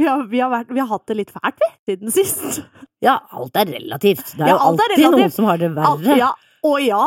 Vi har, vi, har vært, vi har hatt det litt fælt, vi, siden sist. Ja, alt er relativt. Det er Ja, jo alt er alltid noen relativt. som har det Al- verre. Ja, og ja,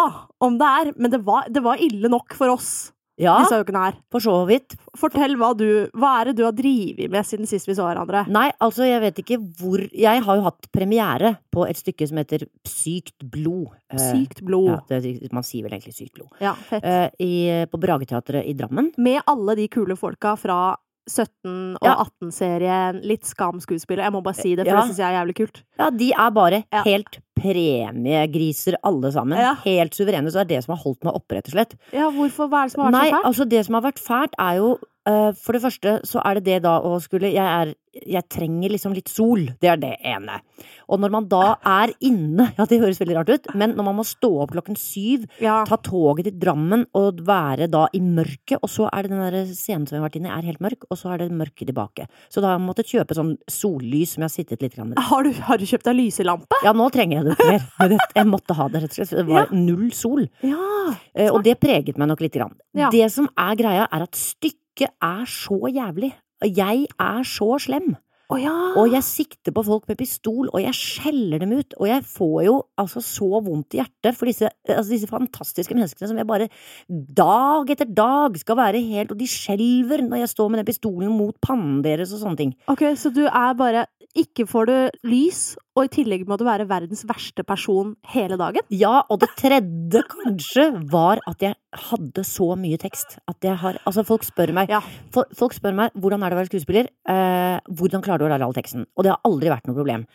om det er. Men det var, det var ille nok for oss Ja, disse ukene her. for så vidt. Fortell hva du Hva er det du har drevet med siden sist vi så hverandre? Nei, altså, jeg vet ikke hvor Jeg har jo hatt premiere på et stykke som heter Sykt blod. Eh, Sykt Ja, blod. det, man sier vel egentlig Sykt blod. Ja, fett. Eh, i, på Brageteatret i Drammen. Med alle de kule folka fra 17- og Ja. 18-serien, litt skamskuespillere. Jeg må bare si det, for Ja. det syns jeg er jævlig kult. Ja, de er bare Ja. helt premiegriser alle sammen. Ja. Helt suverene. Så det er det som har holdt meg oppe, rett og slett. Ja, hvorfor? Hva er det som har vært Nei, så fælt? altså det som har vært fælt er jo eh, For det første så er det det da å skulle jeg, er, jeg trenger liksom litt sol. Det er det ene. Og når man da er inne Ja, det høres veldig rart ut, men når man må stå opp klokken syv, Ja. ta toget til Drammen og være da i mørket, og så er det den der scenen som vi har vært inne i, er helt mørk, og så er det mørket tilbake. Så da har jeg måttet kjøpe sånn sollys som jeg har sittet litt grann med. Har, du, har du kjøpt deg lyselampe? Ja, nå trenger jeg det ikke mer. Men det- Jeg måtte ha det, rett og slett. for Det var null sol. Ja. Eh, Og det preget meg nok lite grann. Ja. Det som er greia, er at stykket er så jævlig. Jeg er så slem, Å ja. og jeg sikter på folk med pistol, og jeg skjeller dem ut, og jeg får jo altså så vondt i hjertet for disse, altså, disse fantastiske menneskene som jeg bare dag etter dag skal være helt, og de skjelver når jeg står med den pistolen mot pannen deres og sånne ting. Ok, så du er bare Ikke får du lys, og i tillegg må du være verdens verste person hele dagen? Ja, og det tredje kanskje var at jeg hadde så mye tekst at jeg har Altså, folk spør meg Ja. fol- Folk spør meg hvordan er det å være skuespiller, eh, hvordan klarer du å lære all teksten? Og det har aldri vært noe problem.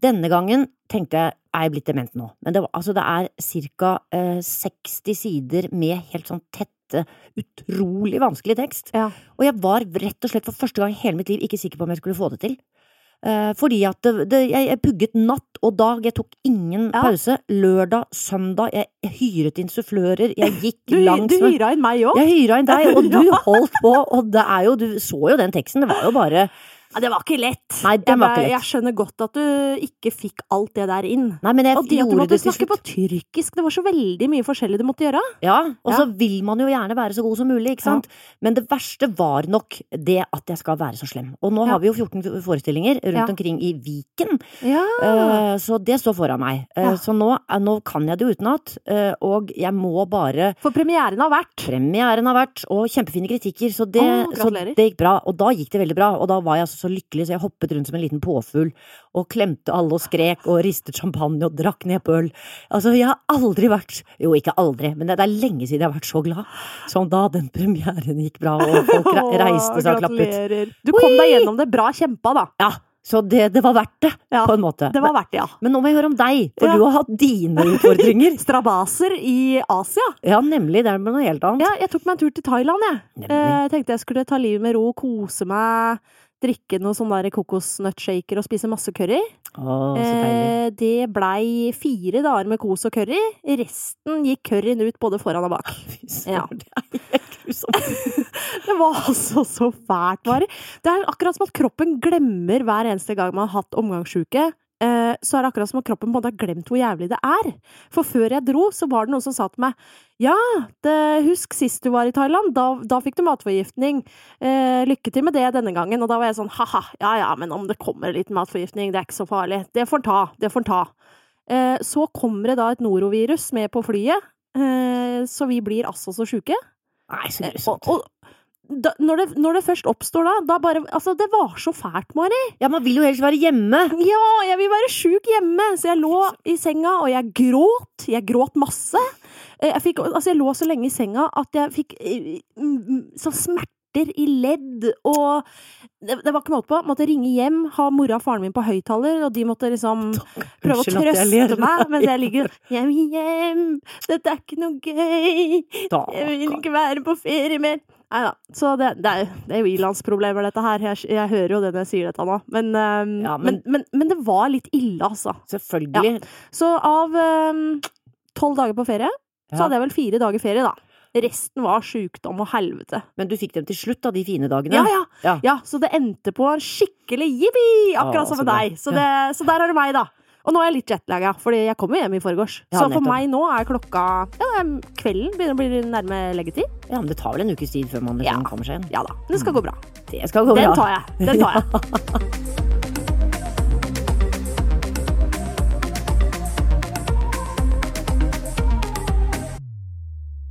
Denne gangen tenkte jeg er jeg blitt dement nå? Men det, var, altså, det er ca. Eh, 60 sider med helt sånn tette, utrolig vanskelig tekst. Ja. Og jeg var rett og slett for første gang i hele mitt liv ikke sikker på om jeg skulle få det til. Eh, fordi at det, det, jeg, jeg pugget natt og dag, jeg tok ingen Ja. pause. Lørdag, søndag, jeg, jeg hyret inn sufflører, jeg gikk Du, langs du med- hyra inn meg òg? Jeg hyra inn deg, og du Ja. holdt på, og det er jo, du så jo den teksten, det var jo bare Ja, det var ikke lett. Nei, den Jeg, var bare- ikke jeg lett. skjønner godt at du ikke fikk alt det der inn. Nei, men jeg Og det at du gjorde måtte det til snakke slutt. på tyrkisk, det var så veldig mye forskjellig du måtte gjøre. Ja, Ja. og så vil man jo gjerne være så god som mulig, ikke Ja. sant? Men det verste var nok det at jeg skal være så slem. Og nå Ja. har vi jo 14 forestillinger rundt Ja. omkring i Viken, Ja. eh, så det står foran meg. Eh, Ja. Så nå, eh, nå kan jeg det utenat, eh, og jeg må bare For premieren har vært. Premieren har vært, og kjempefine kritikker, så det, Å, så gratulerer. det gikk bra. Og da gikk det veldig bra, og da var jeg altså så lykkelig, så jeg hoppet rundt som en liten påfugl og klemte alle og skrek og ristet champagne og drakk ned på øl. Altså, jeg har aldri vært Jo, ikke aldri, men det, det er lenge siden jeg har vært så glad som da den premieren gikk bra, og folk re reiste seg og klappet. Gratulerer. Du kom deg gjennom det. Bra kjempa, da. Ja, så det, det var verdt det, Ja, på en måte. Det var verdt det, ja. Men nå må jeg høre om deg, for Ja. du har hatt dine utfordringer. Strabaser i Asia. Ja, nemlig. Det er noe helt annet. Ja, jeg tok meg en tur til Thailand, jeg. Nemlig. Eh, tenkte jeg skulle ta livet med ro, kose meg, drikke noen sånne der kokosnøttshaker og spise masse curry. Å, så deilig. Eh, det blei fire dager med kos og curry. Resten gikk curryen ut både foran og bak. Fy ja. søren, det er helt grusomt. Det var altså så fælt, Mari. Det er akkurat som at kroppen glemmer hver eneste gang man har hatt omgangssjuke. eh, Så er det akkurat som at kroppen på en måte har glemt hvor jævlig det er. For før jeg dro, så var det noen som sa til meg Ja, det, husk sist du var i Thailand, da, da fikk du matforgiftning. Eh, lykke til med det denne gangen. Og da var jeg sånn ha-ha, ja ja, men om det kommer litt matforgiftning, det er ikke så farlig. Det får en ta. Det får en ta. Eh, så kommer det da et norovirus med på flyet, eh, så vi blir altså så sjuke. Nei, så Eh, grusomt. Og, og da, når, det, når det først oppstår da, da bare Altså, det var så fælt, Mari. Ja, man vil jo helst være hjemme. Ja, jeg vil være sjuk hjemme! Så jeg lå i senga, og jeg gråt. Jeg gråt masse. Eh, Jeg, fikk, altså, jeg lå så lenge i senga at jeg fikk eh, mm, mm, sånn smerter i ledd og det, det var ikke måte på. Måtte ringe hjem, ha mora og faren min på høyttaler, og de måtte liksom prøve å Unnskyld at jeg trøste ler. meg mens jeg ligger Jeg vil hjem! Dette er ikke noe gøy! Jeg vil Stakkar. ikke være på ferie mer. Nei da. Så det, det er jo- det er jo ilandsproblemer, dette her. Jeg, jeg hører jo det når jeg sier dette nå. Men, ehm, Ja, men, men- men, men det var litt ille, altså. Selvfølgelig. Så av ehm, tolv dager på ferie, så Ja. hadde jeg vel fire dager ferie, da. Resten var sjukdom og helvete. Men du fikk dem til slutt, da, de fine dagene. Ja, ja. Ja. ja så det endte på en skikkelig jippi! Akkurat Å, som så med bra. deg. Så, det, så der har du meg, da. Og nå er jeg litt jetlagga, fordi jeg kom jo hjem i forgårs. Ja, så for nettopp. meg nå er klokka ja, det er kvelden. Begynner å bli nærme leggetid. Ja, men det tar vel en ukes tid før man liksom kommer seg igjen. Ja da. Det Mm. skal gå bra. Det skal gå Den bra. tar jeg. Den tar jeg.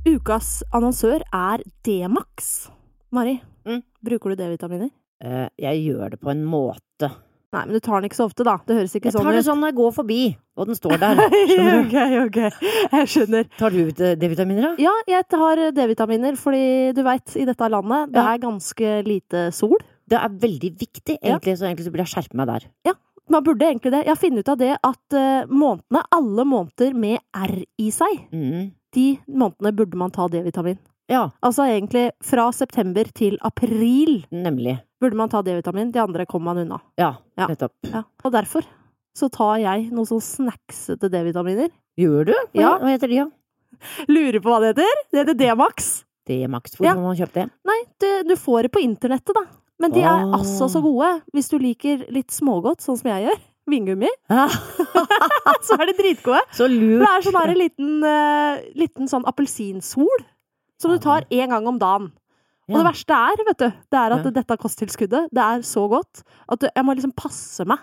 Ukas annonsør er D-Max. Mari, Mm. bruker du D-vitaminer? Eh, Jeg gjør det på en måte. Nei, men du tar den ikke så ofte, da. Det høres ikke Jeg tar sånn ut. det sånn når jeg går forbi, og den står der. Skjønner du? ok, ok. Jeg skjønner. Tar du ut eh, D-vitaminer, da? Ja, jeg tar D-vitaminer, fordi du veit, i dette landet det Ja. er ganske lite sol. Det er veldig viktig, Ja. egentlig, så egentlig så burde jeg skjerpe meg der. Man burde egentlig det. Jeg har funnet ut av det at eh, månedene, alle måneder med R i seg, Mm. de månedene burde man ta D-vitamin. Ja, Altså egentlig fra september til april nemlig. burde man ta D-vitamin, de andre kommer man unna. Ja, Ja. nettopp. Ja. Og derfor så tar jeg noen sånn snacksete D-vitaminer. Gjør du? Hva, Ja. hva heter de, da? Lurer på hva det heter? Det heter D-Max. D-Max. Hvor Ja. kan man kjøpe det? Nei, du, du får det på internettet, da. Men de er Åh. altså så gode. Hvis du liker litt smågodt, sånn som jeg gjør, vingummi, så er de dritgode. Ah, Så For lurt. Det er sånn her en liten, eh, liten sånn appelsinsol som du tar én gang om dagen. Og Ja. det verste er, vet du, det er at Ja. dette kosttilskuddet, det er så godt at du, jeg må liksom passe meg.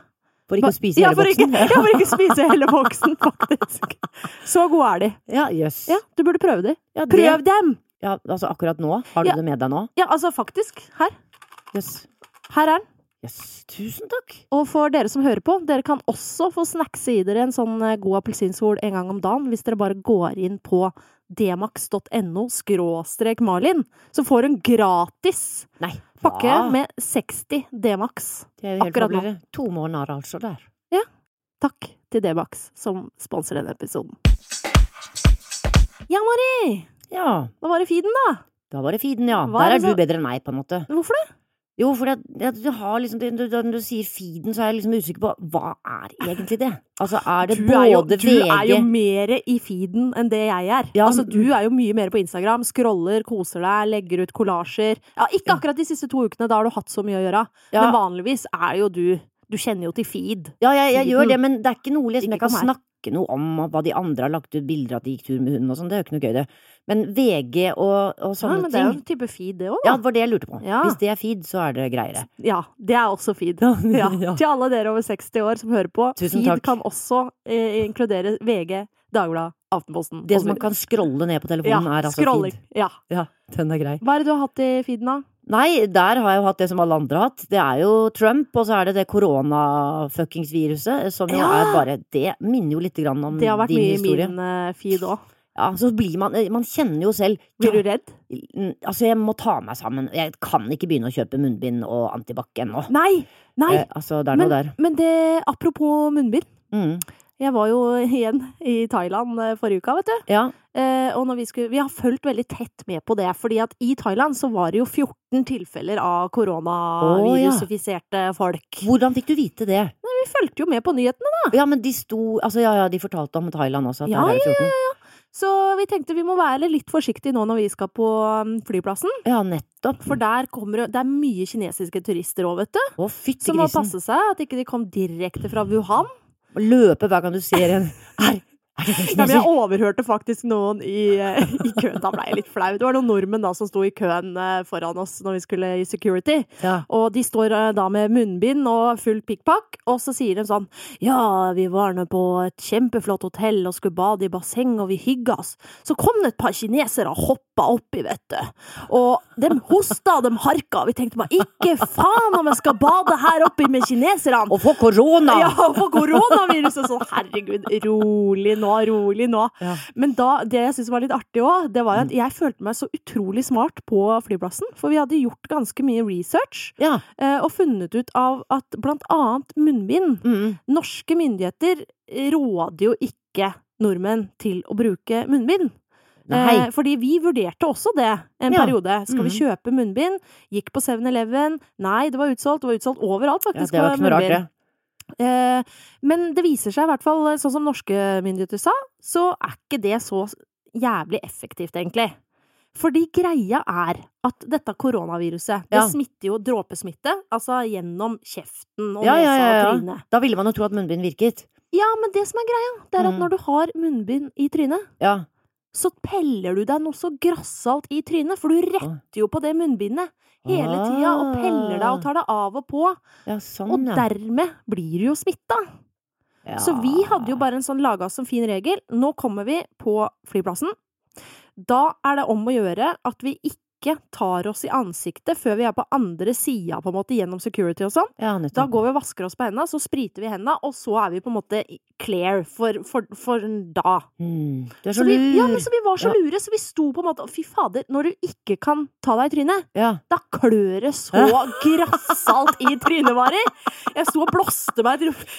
For ikke å spise ja, hele for boksen. Ikke, ja, for ikke å spise hele boksen, faktisk. Så gode er de. Ja, jøs. Ja, du burde prøve de. Ja, det- Prøv dem! Ja, altså akkurat nå. Har du Ja. det med deg nå? Ja, altså faktisk. Her. Jøss. Her er den. Jøss. Tusen takk. Og for dere som hører på, dere kan også få snackse i dere en sånn eh, god appelsinsol en gang om dagen hvis dere bare går inn på dmax.no skråstrek Malin, så får hun gratis Nei. pakke hva? med 60 Dmax. Det er jo helt akkurat nå. forbløffende. To måneder altså der. Takk til Dmax som sponser denne episoden. Ja, Mari! Ja. Da var det feeden, da. Da var det feeden, ja. Hva er det der er du så- bedre enn meg, på en måte. Hvorfor det? Jo, for du har liksom du, du, Når du sier feeden, så er jeg liksom usikker på hva er egentlig det? Altså, er det Du både er jo, du VG er jo mer i feeden enn det jeg er. Ja, altså, men- du er jo mye mer på Instagram. Scroller, koser deg, legger ut kollasjer. Ja, ikke akkurat de siste to ukene, da har du hatt så mye å gjøre. ja, Men vanligvis er jo du Du kjenner jo til feed. ja, jeg, jeg gjør feeden. det, men det er ikke noe liksom, Ikke jeg kan kom her. snakke noe om og hva de andre har lagt ut bilder av at de gikk tur med hunden og sånn. Det er jo ikke noe gøy, det. Men VG og, og Ja, sånne men det er jo ting en type feed, det òg, Ja, da. det var det jeg lurte på. Ja. Hvis det er feed, så er det greiere. Ja, det er også feed. Ja. Til alle dere over 60 år som hører på, Tusen feed takk. kan også eh, inkludere VG, Dagbladet, Aftenposten Det som osv. man kan scrolle ned på telefonen, er altså scrolling. feed. Ja. Ja, den er grei. Hva er det du har hatt i feeden, da? Nei, der har jeg jo hatt det som alle andre har hatt. Det er jo Trump, og så er det det koronafuckingsviruset, som jo Ja! er bare Det minner jo litt grann om Det har vært Mm, din mye i historie. min eh, feed òg. Ja, så blir man Man kjenner jo selv Blir du redd? ja, Altså, jeg må ta meg sammen. Jeg kan ikke begynne å kjøpe munnbind og antibac ennå. Nei! Nei! Eh, altså, det er noe der. Men det, apropos munnbind. Mm. Jeg var jo igjen i Thailand eh, forrige uka, vet du. Ja. Eh, og når vi, skulle, vi har fulgt veldig tett med på det. fordi at i Thailand så var det jo 14 tilfeller av koronavirusifiserte folk. Hvordan fikk du vite det? Vi fulgte jo med på nyhetene, Ja, men de sto Altså, ja, ja, de fortalte om Thailand også, at Ja, der er det 14. så vi tenkte vi må være litt forsiktige nå når vi skal på mm, flyplassen. Ja, nettopp. For der kommer det, det er mye kinesiske turister òg, vet du. Å, fytti Så må grisen. passe seg at ikke de kom direkte fra Wuhan. Løpe hver gang du ser en Her! Er Ja, men det en jeg kineser? overhørte faktisk noen i, eh, i køen. Da ble jeg litt flau. Det var noen nordmenn da som sto i køen eh, foran oss når vi skulle i security. Ja. Og de står eh, da med munnbind og full pikkpakk, og så sier de sånn Ja, vi var nå på et kjempeflott hotell og skulle bade i basseng, og vi hygga oss. Så kom det et par kinesere og hoppa oppi, vet du. Og de hosta og de harka. Vi tenkte bare ikke faen om jeg skal bade her oppi med kineserne! Og få korona! Ja, for koronaviruset! Sånn, herregud, rolig nå, rolig nå. Ja. Mm. Men da, det jeg syntes var litt artig òg, det var at jeg følte meg så utrolig smart på flyplassen. For vi hadde gjort ganske mye research, Ja. eh, og funnet ut av at blant annet munnbind Mm. Norske myndigheter råder jo ikke nordmenn til å bruke munnbind. Nei. Eh, fordi vi vurderte også det en Ja. periode. Skal vi Mhm. kjøpe munnbind? Gikk på 7-Eleven. Nei, det var utsolgt. Det var utsolgt overalt, Ja, faktisk. det var på ikke noe rart, munnbind. det. Eh, Men det viser seg i hvert fall, sånn som norske myndigheter sa, så er ikke det så jævlig effektivt, egentlig. Fordi greia er at dette koronaviruset, det Ja. smitter jo dråpesmitte, altså gjennom kjeften og Ja, nesa ja, ja, ja. og trynet. Da ville man jo tro at munnbind virket. Ja, men det som er greia, det er at Mm. når du har munnbind i trynet, Ja. så peller du deg noe så grassalt i trynet, for du retter jo på det munnbindet hele tida og peller deg og tar deg av og på, Ja, Ah. sånn, og ja. dermed blir du jo smitta. ja. Så vi hadde jo bare en sånn laga som fin regel. Nå kommer vi på flyplassen. Da er det om å gjøre at vi ikke tar oss i ansiktet før vi er på andre sida, på en måte, gjennom security og sånn. ja, Da nettopp. går vi og vasker oss på hendene, så spriter vi hendene, og så er vi på en måte clear for, for, for da. Mm. Du er Så så vi, lur. ja, men så vi var så Ja. lure, så vi sto på en måte og Fy fader, når du ikke kan ta deg i trynet, ja. da klør det så grassalt i trynet, Mari! Jeg sto og blåste meg i trynet.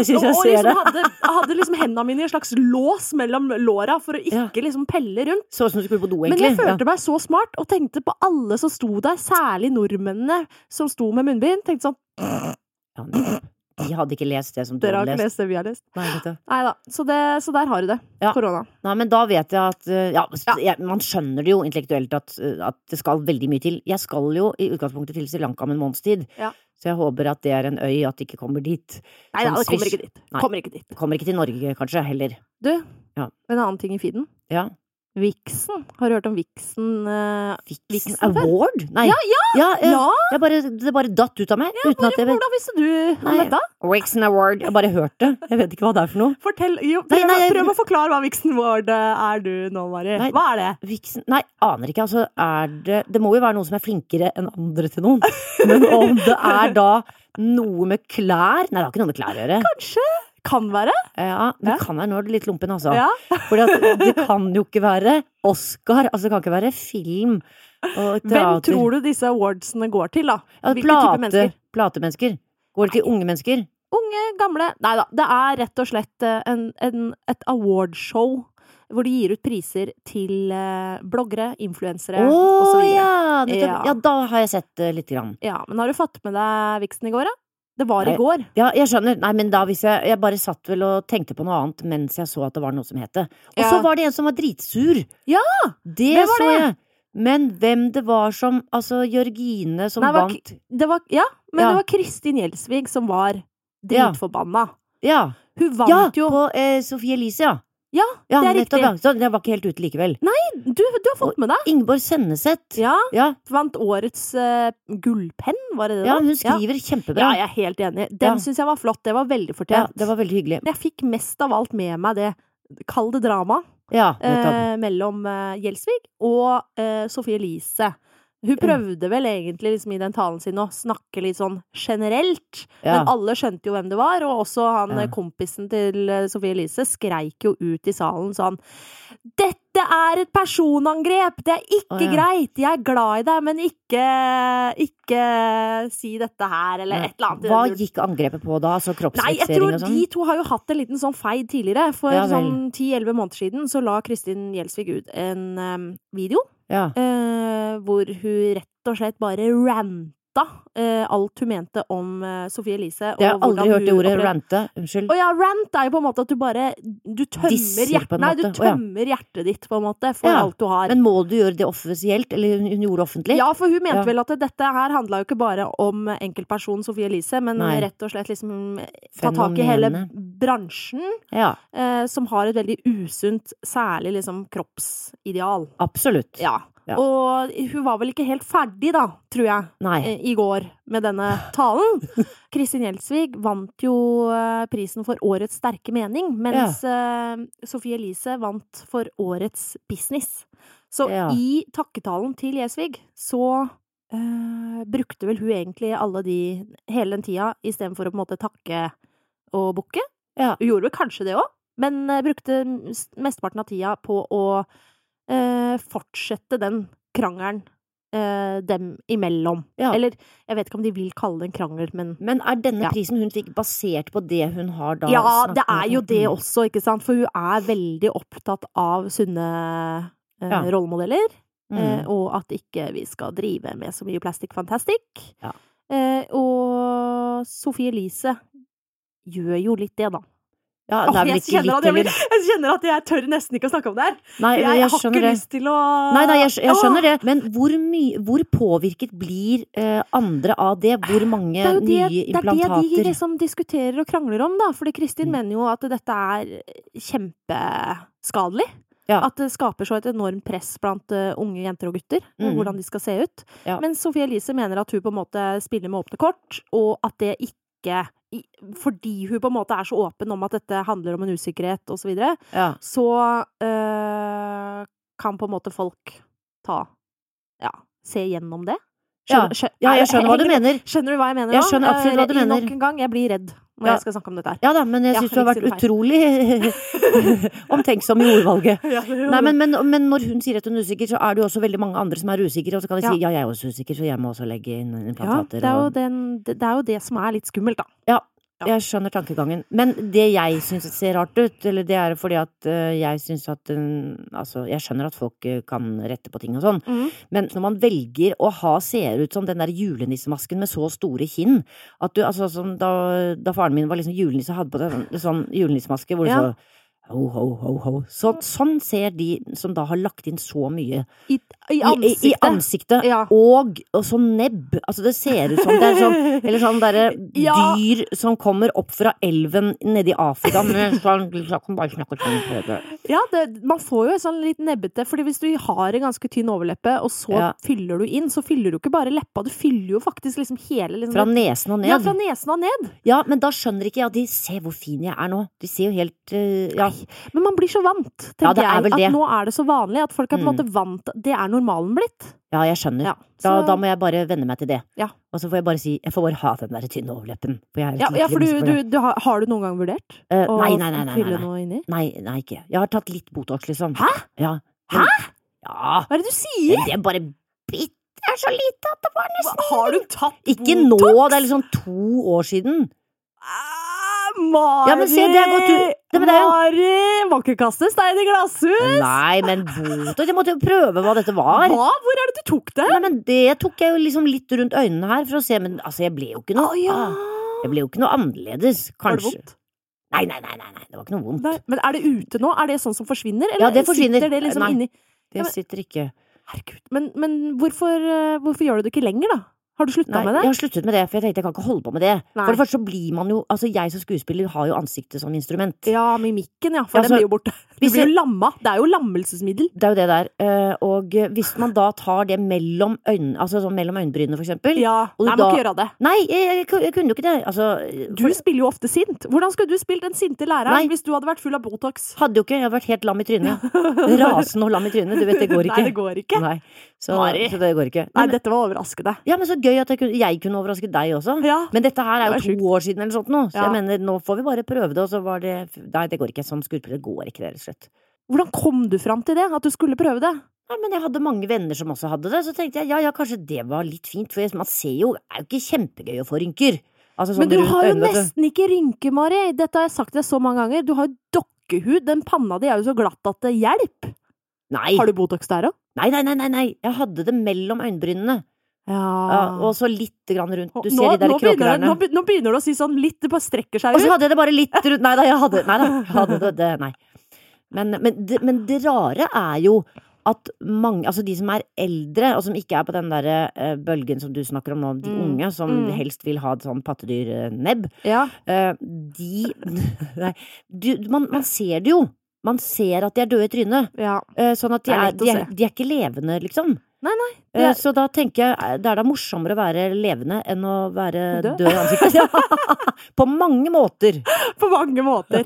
Jeg syns jeg og ser liksom det. hadde, hadde liksom hendene mine i en slags lås mellom låra for å Ja. ikke liksom pelle rundt. Så ut som du skulle på do, Men jeg egentlig. følte meg så smart og tenkte på alle som sto der, særlig nordmennene som sto med munnbind. Tenkte sånn, ja. Ja, nettopp. De hadde ikke lest det som du dere har hadde ikke lest. lest det vi har lest. Nei, nettopp. Nei da. Så, det, så der har du det. Ja. Korona. Nei, men da vet jeg at eh, ja, s- Ja. Jeg, Man skjønner det jo intellektuelt at, eh, at det skal veldig mye til. Jeg skal jo i utgangspunktet til Sri Lanka om en måneds tid, Ja. så jeg håper at det er en øy, at det ikke kommer dit. Nei da, Sånn det kommer swish. ikke dit. Nei. Kommer ikke dit. Det kommer ikke til Norge, kanskje, heller. Du, Ja. en annen ting i feeden. Ja. Vixen. Har du hørt om Vixen? eh, Vixen Vixen Award? Nei. Ja, ja, eh, ja! Jeg bare, det bare datt ut av meg. uten at jeg vet. Hvordan visste du om Nei. dette? Vixen Award. Jeg bare hørte. Jeg vet ikke hva det er for noe. Fortell, jo, Nei, prøv, nei, jeg- prøv å forklare hva Vixen Ward eh, er du nå, Mari. Nei. Hva er det? Vixen Nei, aner ikke. Altså, er det Det må jo være noen som er flinkere enn andre til noen. Men om det er da noe med klær Nei, det har ikke noe med klær å gjøre. Kanskje? Kan være? Eh, Ja, men Ja. det kan være nå er du litt lumpen, altså. Ja. For det kan jo ikke være Oscar. Altså, det kan ikke være film og teater. Hvem tror du disse awardsene går til, da? ja, Hvilke type plate, mennesker? Platemennesker. Går det til unge mennesker? Unge, gamle Nei da, det er rett og slett eh, en, en, et awardshow hvor de gir ut priser til eh, bloggere, influensere Å og så videre. ja! Ja. nettopp. ja, da har jeg sett det lite grann. Ja, men har du fått med deg Vixen i går, da? Det var Nei. i går. Ja, jeg skjønner. Nei, men da hvis jeg Jeg bare satt vel og tenkte på noe annet mens jeg så at det var noe som het det. Og så Ja. var det en som var dritsur. Ja, Det hvem var så det? jeg. Men hvem det var som Altså, Jørgine som Nei, det var vant Det var, ja, men Ja. det var Kristin Gjelsvig som var Ja. dritforbanna. Ja, Hun vant ja jo på eh, Sofie Elise, ja. Ja, Ja, det er nettopp, riktig. ja. Så jeg var ikke helt ute likevel. Du, du har fått med deg? Ingeborg Senneset. Ja. Ja, Vant årets eh, gullpenn, var det det? ja, da? hun skriver Ja, kjempebra. jeg er helt enig. Den Ja. synes syns jeg var flott. Det var veldig fortjent. Ja, det var veldig hyggelig. Jeg fikk mest av alt med meg det Kall det drama Ja, nettopp. eh, mellom eh, Gjelsvig og eh, Sophie Elise. Hun prøvde vel egentlig liksom, i den talen sin å snakke litt sånn generelt, Ja. men alle skjønte jo hvem det var, og også han Ja. eh, kompisen til eh, Sophie Elise skreik jo ut i salen sånn Dette er et personangrep! Det er ikke Å, ja. greit! Jeg er glad i deg, men ikke, ikke si dette her, eller et eller annet. i Hva den duren. gikk angrepet på da? Altså eh, Nei, jeg tror kroppsfiksering og sånn? de to har jo hatt en liten sånn feid tidligere. For Ja vel. sånn 10-11 måneder siden så la Kristin Gjelsvig ut en em, video Ja. eh, hvor hun rett og slett bare ranta eh, alt hun mente om eh, Sophie Elise. og Jeg har hvordan aldri hørt det hun ordet opplevde- rante. Unnskyld. Å ja, rant er jo på en måte at du bare Du tømmer, Disser hjert, på en nei, du måte. Å, ja. tømmer hjertet ditt, på en måte, for Ja, alt du har. Men må du gjøre det offisielt? Eller hun hun gjorde offentlig? Ja, for hun mente Ja. vel at dette her handla jo ikke bare om enkeltpersonen Sophie Elise, men Nei. rett og slett liksom ta tak i hele Fenomenet. bransjen. Ja, eh, som har et veldig usunt, særlig liksom kroppsideal. absolutt. Ja. Ja. Og hun var vel ikke helt ferdig, da, tror jeg, Nei. eh, i går med denne talen. Kristin Gjelsvig vant jo eh, prisen for Årets sterke mening, mens eh, Sophie Elise vant for Årets business. Så Ja. i takketalen til Gjelsvig så eh, brukte vel hun egentlig alle de hele den tida istedenfor å på en måte takke og bukke. Ja. Hun gjorde vel kanskje det òg, men eh, brukte s- mesteparten av tida på å eh, fortsette den krangelen eh, dem imellom. Ja. Eller jeg vet ikke om de vil kalle det en krangel, men Men er denne Ja. prisen hun fikk, basert på det hun har da Ja, snakket det om? er jo det Mm. også, ikke sant? For hun er veldig opptatt av sunne eh, Ja. rollemodeller. Mm. Eh, og at ikke vi skal drive med så mye plastic fantastic. Ja. Eh, og Sophie Elise gjør jo litt det, da. Ja, det Åh, er vel jeg, ikke kjenner litt, at jeg, blir, eller? jeg kjenner at jeg tør nesten ikke å snakke om det her. Nei, Jeg, jeg har ikke skjønner det. lyst til å Nei, nei, jeg, Ah, skj- jeg skjønner det, men hvor, mye- hvor påvirket blir eh, andre av det? Hvor mange Ah, det er jo det, nye det er det de implantater? liksom diskuterer og krangler om, da. Fordi Kristin Mm. mener jo at dette er kjempeskadelig. Ja. At det skaper så et enormt press blant eh, unge jenter og gutter, Mm. hvordan de skal se ut. Ja. Men Sophie Elise mener at hun på en måte spiller med åpne kort, og at det ikke i- Fordi hun på en måte er så åpen om at dette handler om en usikkerhet osv., så, videre, ja. så eh, kan på en måte folk ta Ja, se gjennom det. Ja. skjø- ja, jeg skjønner hva du Henger- mener. Skjønner du hva jeg mener? Jeg nå? skjønner absolutt hva du Eh, mener. Nok en gang, jeg blir redd når Ja. jeg skal snakke om dette her. Ja da, men jeg Ja, syns du har vært riktig, utrolig omtenksom i ordvalget. Nei, men, men, men når hun sier at hun er usikker, så er det jo også veldig mange andre som er usikre, og så kan de si ja, jeg er også usikker, så jeg må også legge inn ja, implantater. det, er jo og- den, det er jo det som er litt skummelt, da. ja. Jeg skjønner tankegangen. Men det jeg syns ser rart ut, eller det er fordi at eh, jeg syns at eh, Altså, jeg skjønner at folk eh, kan rette på ting og sånn, men når man velger å ha ser ut som den der julenissemasken med så store kinn at du, altså, som da, da faren min var liksom julenisse, hadde på seg sånn, sånn julenissemaske hvor det Ja. så Ho, ho, ho, ho. Så, sånn ser de som da har lagt inn så mye I, i i, i, i ansiktet. ansiktet. Ja. Og, og så nebb. Altså, det ser ut som det er sånn Eller sånn derre Ja. dyr som kommer opp fra elven nede i Afrika. Men sånn, sånn, bare snakker sånn på det. Ja, det, man får jo en sånn litt nebbete, fordi hvis du har en ganske tynn overleppe, og så Ja. fyller du inn, så fyller du ikke bare leppa, du fyller jo faktisk liksom hele liksom, Fra nesen og Ja, ned. fra nesen og ned. Ja, men da skjønner ikke jeg at de ser hvor fin jeg er nå. De ser jo helt eh, Ja. Men man blir så vant, Ja, tenker det er vel jeg. At det. nå er det så vanlig at folk er på en måte Mm. vant Det er normalen blitt. ja, jeg skjønner. Ja, Da, så- da må jeg bare venne meg til det. Ja. Og så får jeg bare si Jeg får bare ha den der tynne overleppen. For jeg er ja, helt ja, for lykkelig du, med du, du, har, har du noen gang vurdert det. Eh, å nei, nei, nei, nei, fylle nei, nei. noe inni? nei. Nei, ikke. Jeg har tatt litt Botox, liksom. Hæ? Ja. Hæ? Ja. Hva er det du sier? Men det er bare bitte er så lite at det var nesten Har du tatt Ikke nå, det er liksom to år siden. Ah, Mari! Ja, men se, det er godt du- Ja, men det er jo- Mari! Må ikke kaste stein i glasshus! Nei, men Botox Jeg måtte jo prøve hva dette Hva? var. Hvor er det du tok det? Nei, men det tok jeg jo liksom litt rundt øynene her for å se, men altså, jeg ble jo ikke Å noe ja! ah, Jeg ble jo ikke noe Var annerledes, det kanskje. vondt? Nei, nei, nei, nei, nei, det var ikke noe vondt. Nei. Men er det ute nå? Er det sånn som forsvinner? Eller Ja, det forsvinner. sitter det liksom Nei. inni Ja, Det men- sitter ikke Herregud. Men, men hvorfor, eh, hvorfor gjør du det ikke lenger, da? Har du slutta Nei, med det? jeg har sluttet med det, for jeg tenkte jeg kan ikke holde på med det. Nei. For det første så blir man jo Altså, jeg som skuespiller har jo ansiktet som instrument. Ja, mimikken, ja. For Ja, den så- blir jo borte. Du Hvis blir jeg- jo lamma. Det er jo lammelsesmiddel. Det er jo det der. eh, Og hvis man da tar det mellom øynene, altså sånn mellom øyenbrynene, for eksempel. Ja. Og Nei, da- må ikke gjøre det. Nei, jeg, jeg, ku- jeg kunne jo ikke det. Altså, Du spiller jo ofte sint. Hvordan skulle du spilt den sinte læreren Nei. hvis du hadde vært full av Botox? hadde jo ikke. Jeg hadde vært helt lam i trynet. Rasende og lam i trynet. Du vet, det går ikke. Nei, det går ikke. Nei, så, Mari. så det går ikke. Nei, Nei, men, dette var overraskende. ja, men så gøy at jeg kunne, jeg kunne overraske deg også. Ja. Men dette her er Det var jo to sjukt. år siden eller sånt nå, så Ja. jeg mener, nå får vi bare prøve det, og så var det Nei, det går ikke. Som skuespiller går ikke det, rett og slett. Hvordan kom du fram til det? At du skulle prøve det? Nei, men jeg hadde mange venner som også hadde det, så tenkte jeg ja, ja, kanskje det var litt fint, for jeg- man ser jo Det er jo ikke kjempegøy å få rynker. Altså sånn Men du rundt har jo øynene, vet du. nesten ikke rynke, Mari. Dette har jeg sagt til deg så mange ganger. Du har jo dokkehud. Den panna di er jo så glatt at det hjelper. Nei. Har du Botox der òg? nei, nei, nei, nei, nei. Jeg hadde det mellom øyenbrynene. Ja. Ja, og så litt grann rundt. Du ser Ah. nå, de der nå, begynner, kråkelærne. nå, be- nå begynner du å si sånn litt, det bare strekker seg Og så ut. hadde jeg det bare litt rundt Nei da, jeg hadde, nei, da, jeg hadde det, det Nei. Men, men, det, men det rare er jo at mange, altså de som er eldre, og som ikke er på den derre eh, bølgen som du snakker om nå, de Mm. unge som Mm. helst vil ha et sånn pattedyrnebb, Ja. eh, de Nei, du, man, man ser det jo. Man ser at de er døde i trynet. ja. Eh, sånn at de Det er er, lett å de, er, se. de er ikke levende, liksom. Nei, nei, det Eh, er- Så da tenker jeg eh, det er da morsommere å være levende enn å være Død. død i ansiktet. Ja. På mange måter. På mange måter.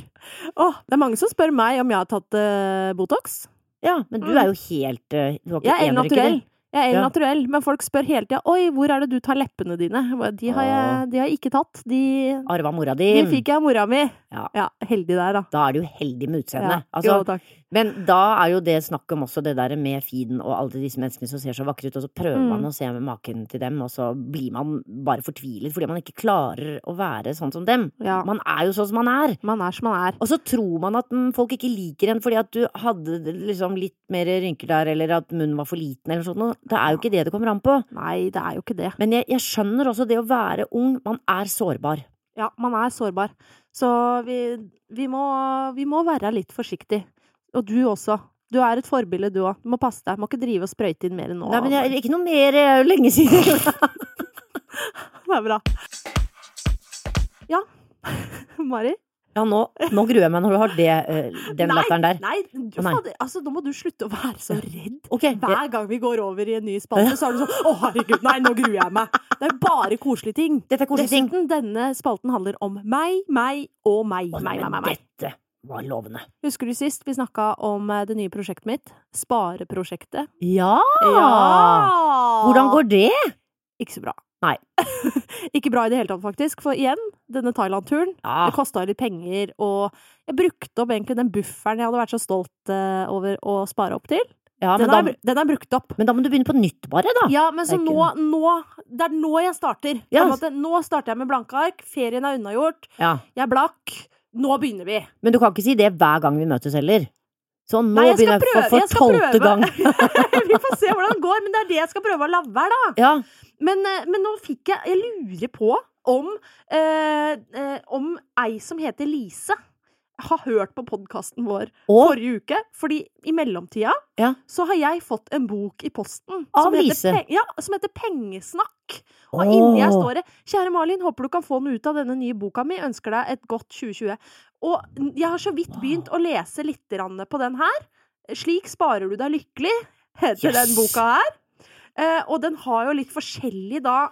Åh, det er mange som spør meg om jeg har tatt eh, Botox. Ja, men du Mm. er jo helt eh, Du har ikke Jeg er el én rynke, du. naturell. Jeg er el Ja. naturell, men folk spør hele tida 'oi, hvor er det du tar leppene dine?' Jeg bare, De har jeg, de har jeg ikke tatt. De, Arva mora de di. fikk jeg av mora mi. Ja. Heldig der, da. Da er du jo heldig med utseendet. Ja. Altså, jo, takk. men da er jo det snakk om også det der med feeden og alle disse menneskene som ser så vakre ut, og så prøver Mm. man å se med maken til dem, og så blir man bare fortvilet fordi man ikke klarer å være sånn som dem. Ja. Man er jo sånn som man er. Man er som man er. Og så tror man at mm, folk ikke liker en fordi at du hadde liksom litt mer rynker der, eller at munnen var for liten, eller sånt noe. Det er jo ikke det det kommer an på. Nei, det er jo ikke det. Men jeg, jeg skjønner også det å være ung. Man er sårbar. Ja, man er sårbar. Så vi, vi, må, vi må være litt forsiktig. Og du også. Du er et forbilde, du òg. Du må passe deg. Må ikke drive og sprøyte inn mer enn nå. Nei, men jeg, ikke noe mer, det er jo lenge siden. Det er bra. Ja. Mari? Ja, nå, nå gruer jeg meg når du har det, eh, den Nei, latteren der. Nei, du, Å, nei. fader, altså, nå må du slutte å være så redd. Ok, jeg- Hver gang vi går over i en ny spalte, så er du sånn Å, herregud, nei, nå gruer jeg meg. Det er bare koselige ting. Dette er koselige ting. Dessuten, denne spalten handler om meg, meg og meg. Å, nei, meg, meg, men meg, meg. Dette var lovende. Husker du sist vi snakka om eh, det nye prosjektet mitt? Spareprosjektet. Ja! Ja! Ah! Hvordan går det? Ikke så bra. Nei. Ikke bra i det hele tatt, faktisk. For igjen, denne Thailand-turen. Ja. Det kosta litt penger, og jeg brukte opp egentlig den bufferen jeg hadde vært så stolt eh, over å spare opp til. ja men, den, er, da, br- den er brukt opp. men da må du begynne på nytt, bare, da. Ja, men det så er ikke nå, nå Det er nå jeg starter. På Ja. en måte, nå starter jeg med blanke ark. Ferien er unnagjort. Ja. Jeg er blakk. Nå begynner vi. Men du kan ikke si det hver gang vi møtes heller. Så nå Nei, jeg skal begynner jeg for, prøve, jeg for skal tolvte gang. prøve. vi får se hvordan det går, men det er det jeg skal prøve å la være, da. Ja. Men, eh, men nå fikk jeg Jeg lurer på om, eh, eh, om ei som heter Lise, har hørt på podkasten vår Og forrige uke. Fordi i mellomtida Ja. så har jeg fått en bok i posten Av heter Lise. Pe- ja, som heter Pengesnakk. Og Åh. inni her står det Kjære Malin, håper du kan få noe ut av denne nye boka mi. Ønsker deg et godt 2020. Og jeg har så vidt begynt å lese litt grann på den her. Slik sparer du deg lykkelig, heter Yes. den boka her. Eh, og den har jo litt forskjellig da.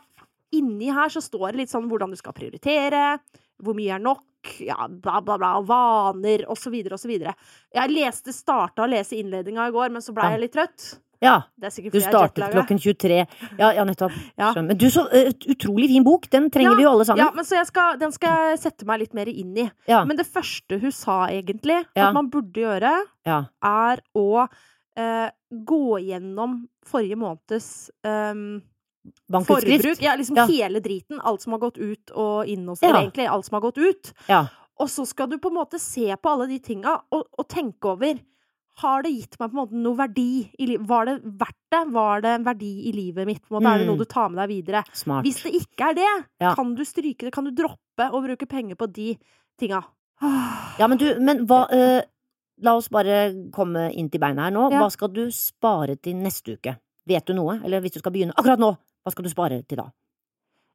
Inni her så står det litt sånn hvordan du skal prioritere, hvor mye er nok, ja, bla, bla, bla, vaner, osv., osv. Jeg leste, starta å lese innledninga i går, men så blei Ja. jeg litt trøtt. ja, Det er sikkert du fordi jeg er startet jetlaga. klokken 23. Ja, ja nettopp. Ja. Skjønner. Men du, så eh, utrolig fin bok. Den trenger Ja, vi jo alle Ja, sammen. men så jeg skal, den skal jeg sette meg litt mer inn i. Ja. Men det første hun sa, egentlig, Ja. at man burde gjøre, Ja. er å eh, gå gjennom forrige måneds eh, Bankutskrift. forbruk. Ja, liksom Ja. hele driten. Alt som har gått ut og inn hos dere, Ja. egentlig. Alt som har gått ut. Ja. Og så skal du på en måte se på alle de tinga og, og tenke over har det gitt meg på en måte noe verdi? I li var det verdt det? Var det en verdi i livet mitt? På en måte? Er det Mm. noe du tar med deg videre? Smart. Hvis det ikke er det, Ja. kan du stryke det? Kan du droppe å bruke penger på de tinga? Ja, men du, men hva eh, La oss bare komme inn til beina her nå. Ja. Hva skal du spare til neste uke? Vet du noe? Eller hvis du skal begynne akkurat nå, hva skal du spare til da?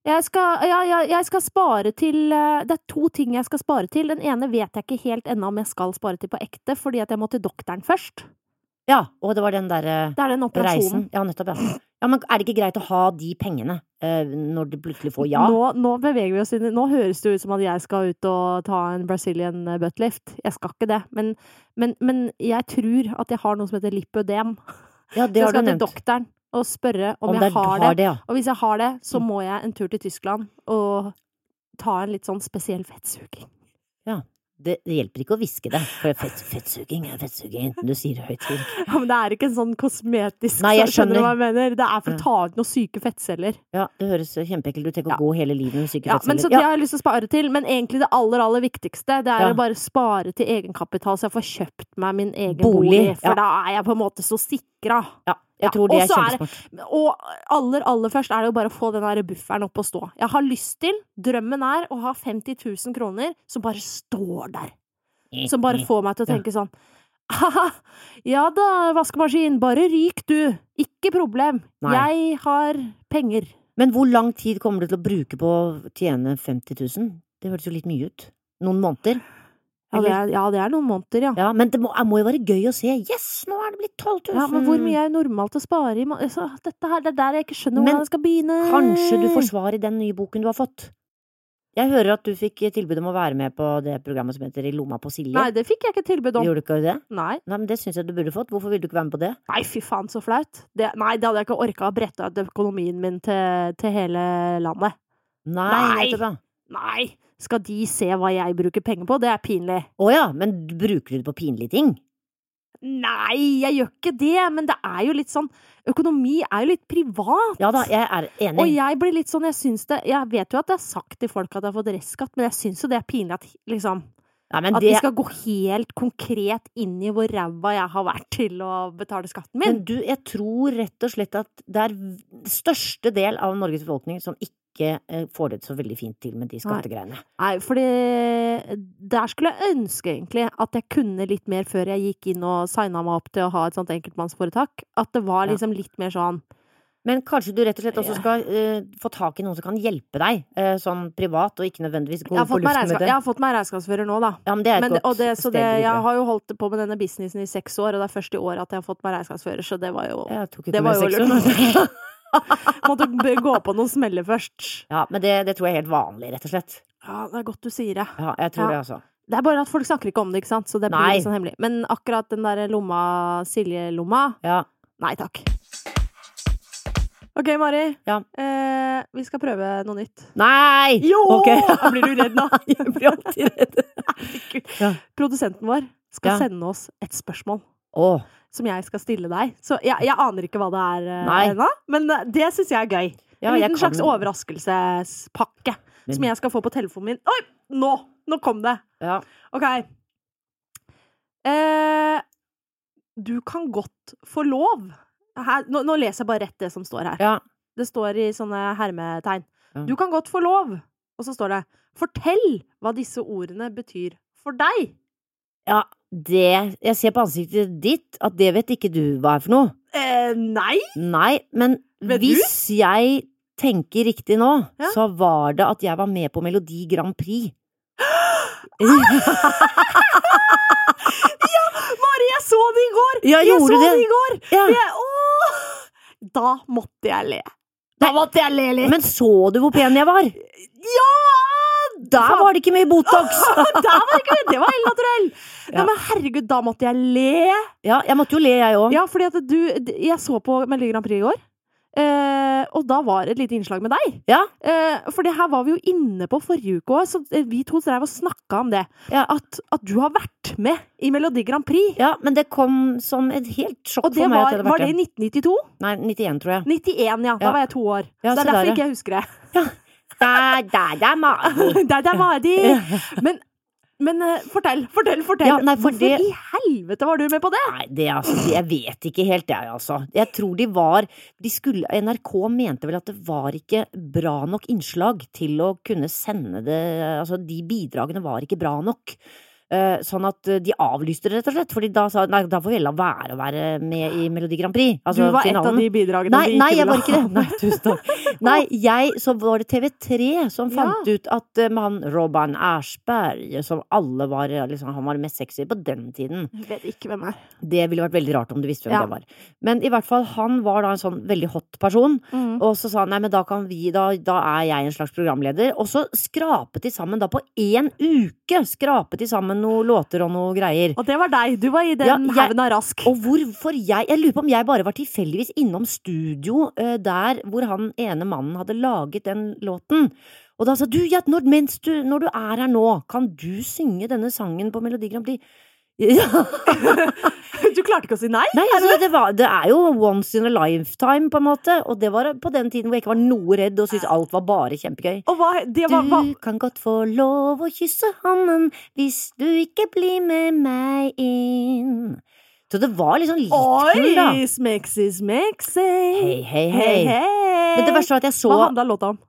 Jeg skal, ja, ja, jeg skal spare til eh, Det er to ting jeg skal spare til. Den ene vet jeg ikke helt ennå om jeg skal spare til på ekte, fordi at jeg må til doktoren først. Ja, og det var den derre Det er den operasjonen. reisen. Ja, nettopp, ja. ja. Men er det ikke greit å ha de pengene eh, når du plutselig får ja? Nå, nå beveger vi oss inn i- Nå høres det ut som at jeg skal ut og ta en Brazilian buttlift. Jeg skal ikke det. Men, men, men jeg tror at jeg har noe som heter lipødem. Ja, Så det jeg har du skal til nevnt. doktoren og spørre om, Om det jeg er- har det. har det, ja. Og hvis jeg har det, så Mm. må jeg en tur til Tyskland og ta en litt sånn spesiell fettsuging. Det det hjelper ikke å hviske det. For fett, fettsuging er fettsuging, enten du sier det høyt eller ikke. Ja, men det er ikke en sånn kosmetisk Nei, jeg du hva skjønner. jeg mener? Det er for Ja. å ta ut noen syke fettceller. Ja, det høres kjempeekkelt ut. Tenk Ja. å gå hele livet med syke Ja, men så fettceller. det Ja, har jeg lyst til å spare til. Men egentlig det aller, aller viktigste, det er Ja. å bare spare til egenkapital, så jeg får kjøpt meg min egen bolig. Bolig, for ja. da er jeg på en måte så sikra. ja, Ja, jeg tror det og er så er det- kjempesmart. Og aller, aller først er det jo bare å få den der bufferen opp og stå. Jeg har lyst til, drømmen er, å ha 50 000 kroner som bare står der. Som bare får meg til å Mm. Ja. tenke sånn Haha, ja da, vaskemaskin, bare ryk du. Ikke problem. Nei. Jeg har penger. Men hvor lang tid kommer du til å bruke på å tjene 50 000? Det høres jo litt mye ut. Noen måneder? Ja, det er, Eller- ja, det er noen måneder, ja. Ja, men det må, det må jo være gøy å se. Yes, nå er det blitt 12 000! Ja, men hvor mye er normalt å spare i må- altså, Dette her, det er der jeg ikke skjønner Men hvordan jeg skal begynne. Kanskje du får svar i den nye boken du har fått. Jeg hører at du fikk tilbud om å være med på det programmet som heter I lomma på Silje. Nei, det fikk jeg ikke tilbud om. Gjorde du ikke det? Nei. Nei, men det syns jeg du burde fått. Hvorfor ville du ikke være med på det? Nei, fy faen, så flaut. Det, nei, det hadde jeg ikke orka å brette ut økonomien min til, til hele landet. Nei! Nei. nettopp, ja. Nei! Skal de se hva jeg bruker penger på? Det er pinlig. Å ja, men du bruker du det på pinlige ting? Nei, jeg gjør ikke det, men det er jo litt sånn Økonomi er jo litt privat. Ja da, jeg er enig. Og jeg blir litt sånn, jeg syns det Jeg vet jo at jeg har sagt til folk at jeg har fått restskatt, men jeg syns jo det er pinlig at liksom Nei, men At det vi skal gå helt konkret inn i hvor ræva jeg har vært til å betale skatten min. Men du, jeg tror rett og slett at det er v- største del av Norges befolkning som ikke eh, får det så veldig fint til med de skattegreiene. Nei, fordi der skulle jeg ønske egentlig at jeg kunne litt mer før jeg gikk inn og signa meg opp til å ha et sånt enkeltmannsforetak. At det var Ja. liksom litt mer sånn Men kanskje du rett og slett også Ja. skal eh, få tak i noen som kan hjelpe deg, eh, sånn privat, og ikke nødvendigvis gå Jeg har på fått meg, luften regnskap, med det. jeg har fått meg regnskapsfører nå, da. Ja, men det er et Men, og godt det, så steg det, videre. jeg har jo holdt på med denne businessen i seks år, og det er først i år at jeg har fått meg regnskapsfører, så det var jo Jeg tok Det ikke var med jo liksom- seks år. lurt. Måtte b- gå på noen smeller først. Ja, men det, det tror jeg er helt vanlig, rett og slett. Ja, det er godt du sier det. Ja, jeg tror Ja. det, altså. Det er bare at folk snakker ikke om det, ikke sant, så det blir Nei. litt sånn hemmelig. Men akkurat den der lomma, Silje-lomma, Ja. Nei takk. OK, Mari. Ja. Eh, vi skal prøve noe nytt. Nei! Ok. Da blir du redd nå. jeg blir alltid redd. Ja. Produsenten vår skal Ja. sende oss et spørsmål Å, som jeg skal stille deg. Så jeg, jeg aner ikke hva det er eh, Nei. ennå, men eh, det syns jeg er gøy. ja, en jeg liten kan- slags overraskelsespakke Men- som jeg skal få på telefonen min. Oi! Nå! Nå kom det. Ja. OK. Eh, du kan godt få lov. Her, nå, nå leser jeg bare rett det som står her. ja. Det står i sånne hermetegn. Ja. Du kan godt få lov. Og så står det 'Fortell hva disse ordene betyr for deg'. Ja, det Jeg ser på ansiktet ditt at det vet ikke du hva er for noe. Eh, nei? Nei, men Vet du? hvis jeg tenker riktig nå, Ja. så var det at jeg var med på Melodi Grand Prix. Mari, jeg så det i går! Ja, jeg så gjorde det det? i går! Ja. Jeg, åh! Da måtte jeg le. Da måtte jeg le litt. Men så du hvor pen jeg var? ja! Der var det ikke mye Botox! Der var det ikke Det var helt naturell! Nei, Ja. men herregud, da måtte jeg le. Ja, jeg måtte jo le, jeg òg. Ja, fordi at du Jeg så på Melodi Grand Prix i går. Eh, og da var et lite innslag med deg. Ja. Eh, for det her var vi jo inne på forrige uke òg, så eh, vi to drev og snakka om det. Ja. At, at du har vært med i Melodi Grand Prix. Ja, men det kom som et helt sjokk Og det for meg. at var, Sånn jeg hadde var vært det i 1992? Nei, 91, tror jeg. 91, ja. Da Ja. var jeg to år. så Ja, det så er derfor der, ja. ikke jeg husker det. Da, da, da, Mari. der, der var de! Men, men eh, fortell, fortell, fortell. Ja, nei, for Hvorfor det- i helvete var du med på det? Nei, det, er altså, det, jeg vet ikke helt, jeg, altså. Jeg tror de var de skulle, NRK mente vel at det var ikke bra nok innslag til å kunne sende det Altså, de bidragene var ikke bra nok. Eh, sånn at eh, de avlyste det, rett og slett. Fordi da sa nei, da får vi la være å være med i Melodi Grand Prix. Altså du var et finalen. av de bidragene Nei, de nei, jeg ville var ikke det. Nei, tusen takk. Nei, jeg, så var det TV3 som fant ut at eh, han Robin Ersberg, som alle var eh, liksom, Han var mest sexy på den tiden. Jeg vet ikke hvem er. Det ville vært veldig rart om du visste hvem Ja. det var. Men i hvert fall, han var da en sånn veldig hot person. Mm. Og så sa han nei, men da kan vi, da, da er jeg en slags programleder. Og så skrapet de sammen, da på én uke, skrapet de sammen noen låter og noe greier. Og det var deg. Du var i den Ja, jeg- haugen av rask. Og hvorfor jeg Jeg lurer på om jeg bare var tilfeldigvis innom studio eh, der hvor han ene mannen hadde laget den låten. Og da sa du, Gjert, når, mens du, når du er her nå, kan du synge denne sangen på Melodi Grand Prix? Ja. Du klarte ikke å si nei? Nei, altså, det, var, det er jo once in a lifetime, på en måte. Og det var på den tiden hvor jeg ikke var noe redd og syntes alt var bare kjempegøy. Og hva, det var, hva? Du kan godt få lov å kysse hånden hvis du ikke blir med meg inn. Så det var liksom litt kul, da. Oi! Smexy, smexy. Hei, hei, hei. hei, hei. Men det verste var at jeg så Hva handla låta om?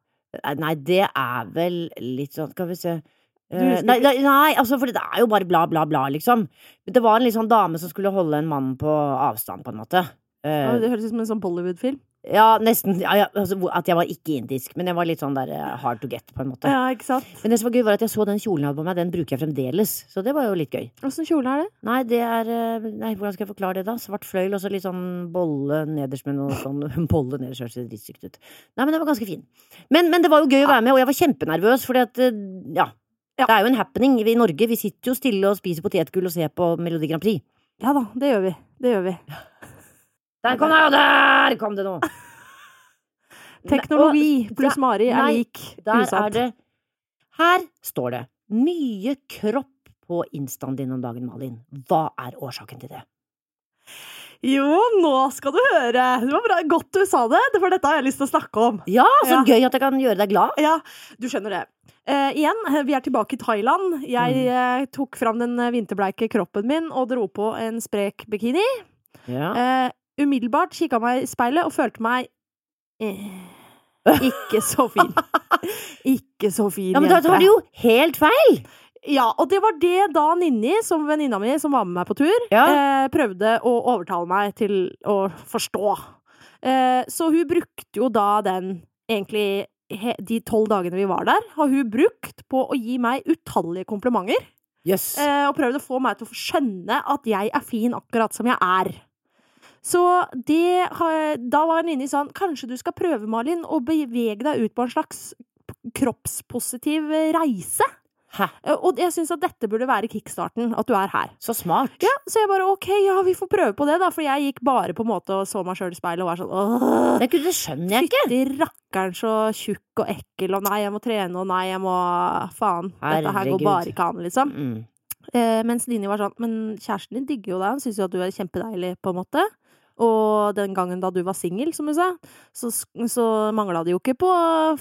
Nei, det er vel litt sånn Skal vi se. Eh, husker nei, nei, nei, altså, for det er jo bare bla, bla, bla, liksom. Men det var en litt sånn dame som skulle holde en mann på avstand, på en måte. Eh, Å, Det høres ut som en sånn Bollywood-film. Ja, nesten. Ja, ja, altså, hvor- at jeg var ikke indisk, men jeg var litt sånn der eh, hard to get, på en måte. Ja, ikke sant? Men det som var gøy, var at jeg så den kjolen jeg hadde på meg, den bruker jeg fremdeles. Så det var jo litt gøy. Åssen kjole er det? Nei, det er eh, Nei, hvordan skal jeg forklare det, da? Svart fløyel og så litt sånn bolle nederst med noe sånn Bolle nederst høres litt dritstygt ut. Nei, men den var ganske fin. Men, men det var jo gøy å være med, og jeg var kjempenervøs, fordi at eh, Ja. Ja. Det er jo en happening i Norge. Vi sitter jo stille og spiser potetgull og ser på Melodi Grand Prix. Ja da, det gjør vi. Det gjør vi. Der kom det, og der kom det noe! Teknologi Nei, og- pluss Mari er nei, lik Der usant. er det Her står det mye kropp på instaen din om dagen, Malin. Hva er årsaken til det? Jo, nå skal du høre! Det var bra. godt du sa det, det var dette har jeg lyst til å snakke om. Ja, så Ja. gøy at jeg kan gjøre deg glad. Ja, du skjønner det. Eh, igjen, vi er tilbake i Thailand. Jeg Mm. eh, tok fram den eh, vinterbleike kroppen min og dro på en sprek bikini. Ja. Eh, umiddelbart kikka meg i speilet og følte meg eh, ikke så fin. Ikke så fin, men da tar du jo helt feil! Ja, og det var det da Ninni, som venninna mi som var med meg på tur, eh, prøvde å overtale meg til å forstå. Eh, så hun brukte jo da den egentlig he, de tolv dagene vi var der, har hun brukt på å gi meg utallige komplimenter. Jøss. Eh, og prøvd å få meg til å skjønne at jeg er fin akkurat som jeg er. Så det har, da var Ninni sånn Kanskje du skal prøve, Malin, å bevege deg ut på en slags kroppspositiv reise? Hæ. Eh, Og jeg syns at dette burde være kickstarten, at du er her. Så smart. Ja, så jeg bare ok, ja, vi får prøve på det, da, for jeg gikk bare på en måte og så meg sjøl i speilet og var sånn åh. Det, kunne, det skjønner jeg ikke. Fytti rakkeren så tjukk og ekkel, og nei, jeg må trene, og nei, jeg må Faen. Dette her Herregud. går bare ikke an, liksom. Mm. Eh, mens Nini var sånn, men kjæresten din digger jo deg, han syns jo at du er kjempedeilig, på en måte. Og den gangen da du var singel, som hun sa, så, så mangla det jo ikke på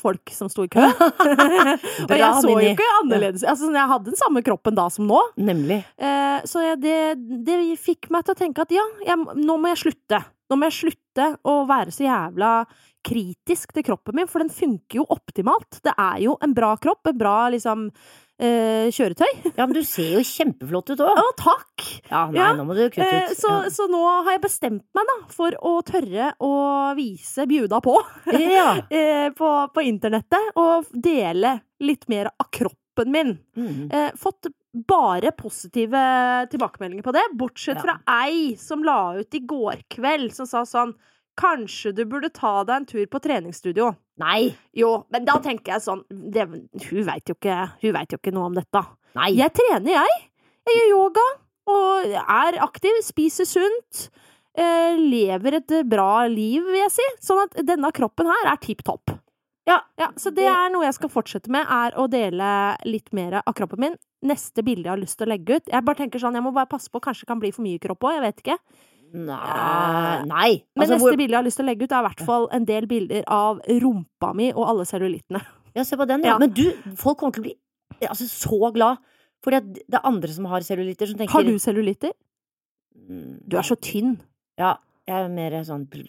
folk som sto i kø. og Bra, jeg så jo Nini. ikke annerledes Altså, sånn, Jeg hadde den samme kroppen da som nå. Nemlig. Eh, så jeg, det, det fikk meg til å tenke at ja, jeg, nå må jeg slutte. Nå må jeg slutte å være så jævla kritisk til kroppen min, for den funker jo optimalt. Det er jo en bra kropp, en bra liksom eh, kjøretøy. Ja, men du ser jo kjempeflott ut òg. Å, takk! Ja, nei, Ja. nå må du kutte Eh, ut. så, så nå har jeg bestemt meg da, for å tørre å vise bjuda på ja. ja. eh, på, på internettet, og dele litt mer av kroppen min. Mm. Eh, fått bare positive tilbakemeldinger på det, bortsett Ja. fra ei som la ut i går kveld, som sa sånn Kanskje du burde ta deg en tur på treningsstudio. Nei. Jo, men da tenker jeg sånn det, Hun veit jo, ikke- hun vet jo ikke noe om dette. Nei. Jeg trener, jeg. Jeg gjør yoga og er aktiv, spiser sunt. eh, lever et bra liv, vil jeg si. Sånn at denne kroppen her er tipp topp. Ja. så det er noe jeg skal fortsette med, er å dele litt mer av kroppen min. Neste bilde jeg har lyst til å legge ut. Jeg bare tenker sånn, jeg må bare passe på, kanskje det kan bli for mye kropp òg, jeg vet ikke. Nei. nei. Men Altså, neste hvor... bilde jeg har lyst til å legge ut, er i hvert fall en del bilder av rumpa mi og alle cellulittene. Ja, se på den, ja. Ja. Men du, folk kommer til å bli altså, så glad. Fordi at det er andre som har cellulitter, som tenker Har du cellulitter? Mm, Du er så tynn. Ja, jeg er mer sånn Det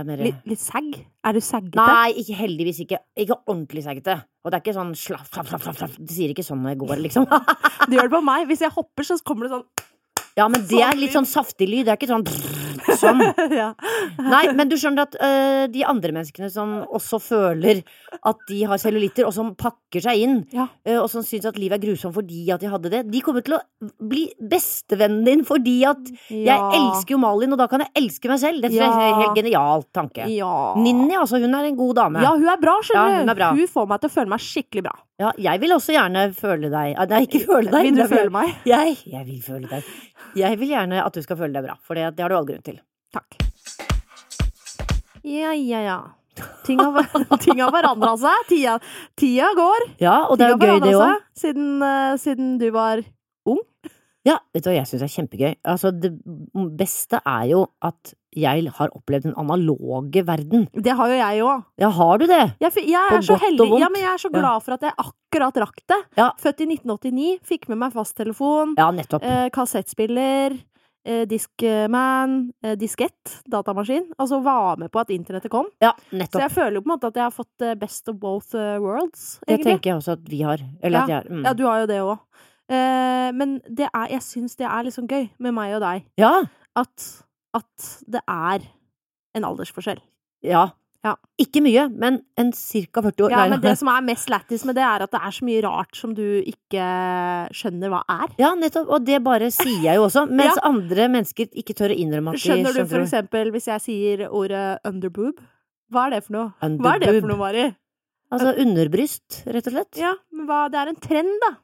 er mer Litt, litt sagg. Er du saggete? Nei, ikke, heldigvis ikke. Ikke ordentlig saggete. Og det er ikke sånn slaff, slaff, slaff, slaff, slaff. Det sier ikke sånn når jeg går, liksom. Du gjør det på meg. Hvis jeg hopper, så kommer det sånn. Ja, men det er litt sånn saftig lyd. Det er ikke sånn sånn. ja. Nei, men du skjønner at øh, de andre menneskene som også føler at de har cellulitter, og som pakker seg inn, Ja. øh, og som syns at livet er grusomt fordi at de hadde det, de kommer til å bli bestevennen din fordi at jeg elsker jo Malin, og da kan jeg elske meg selv. Det synes jeg er en Ja. helt genial tanke. ja. Ninni, altså, hun er en god dame. Ja, hun er bra, skjønner du. Ja, hun er bra. Hun får meg til å føle meg skikkelig bra. Ja, jeg vil også gjerne føle deg Ah, Nei, ikke føle deg. Vil du men jeg føle meg? Jeg, jeg vil føle deg. Jeg vil gjerne at du skal føle deg bra, for det, det har du all grunn til. Takk. Ja, ja, ja. Ting har, ting har forandra seg. Tida, tida går. Ja, og det er Ting har jo gøy, det forandret òg. seg Siden, eh, siden du var Ja, vet du hva jeg syns er kjempegøy? Altså, det beste er jo at jeg har opplevd den analoge verden. Det har jo jeg òg. Ja, har du det? Jeg, fi- jeg På er så godt og heldig. vondt. Ja, men jeg er så Ja. glad for at jeg akkurat rakk det. Ja. Født i 1989, fikk med meg fasttelefon. Ja, nettopp. Eh, kassettspiller, eh, Discman, eh, diskett, datamaskin. Altså var med på at internettet kom. Ja, Så nettopp. jeg føler jo på en måte at jeg har fått eh, best of both eh, worlds, Det egentlig. tenker jeg også at vi har. Eller at jeg har. Ja, Mm. du har jo det òg. Eh, men det er, jeg syns det er liksom gøy med meg og deg Ja. at, at det er en aldersforskjell. Ja. Ja. Ikke mye, men en ca. 40 år. Ja, Nei, men nei. det som er mest lættis med det, er at det er så mye rart som du ikke skjønner hva er. Ja, nettopp. Og det bare sier jeg jo også. Mens andre mennesker ikke tør å innrømme at de Skjønner du for det. eksempel hvis jeg sier ordet underboob? Hva er det for noe? Hva er det Underboob. for noe, Mari? Altså underbryst, rett og slett. Ja, men hva, det er en trend, da.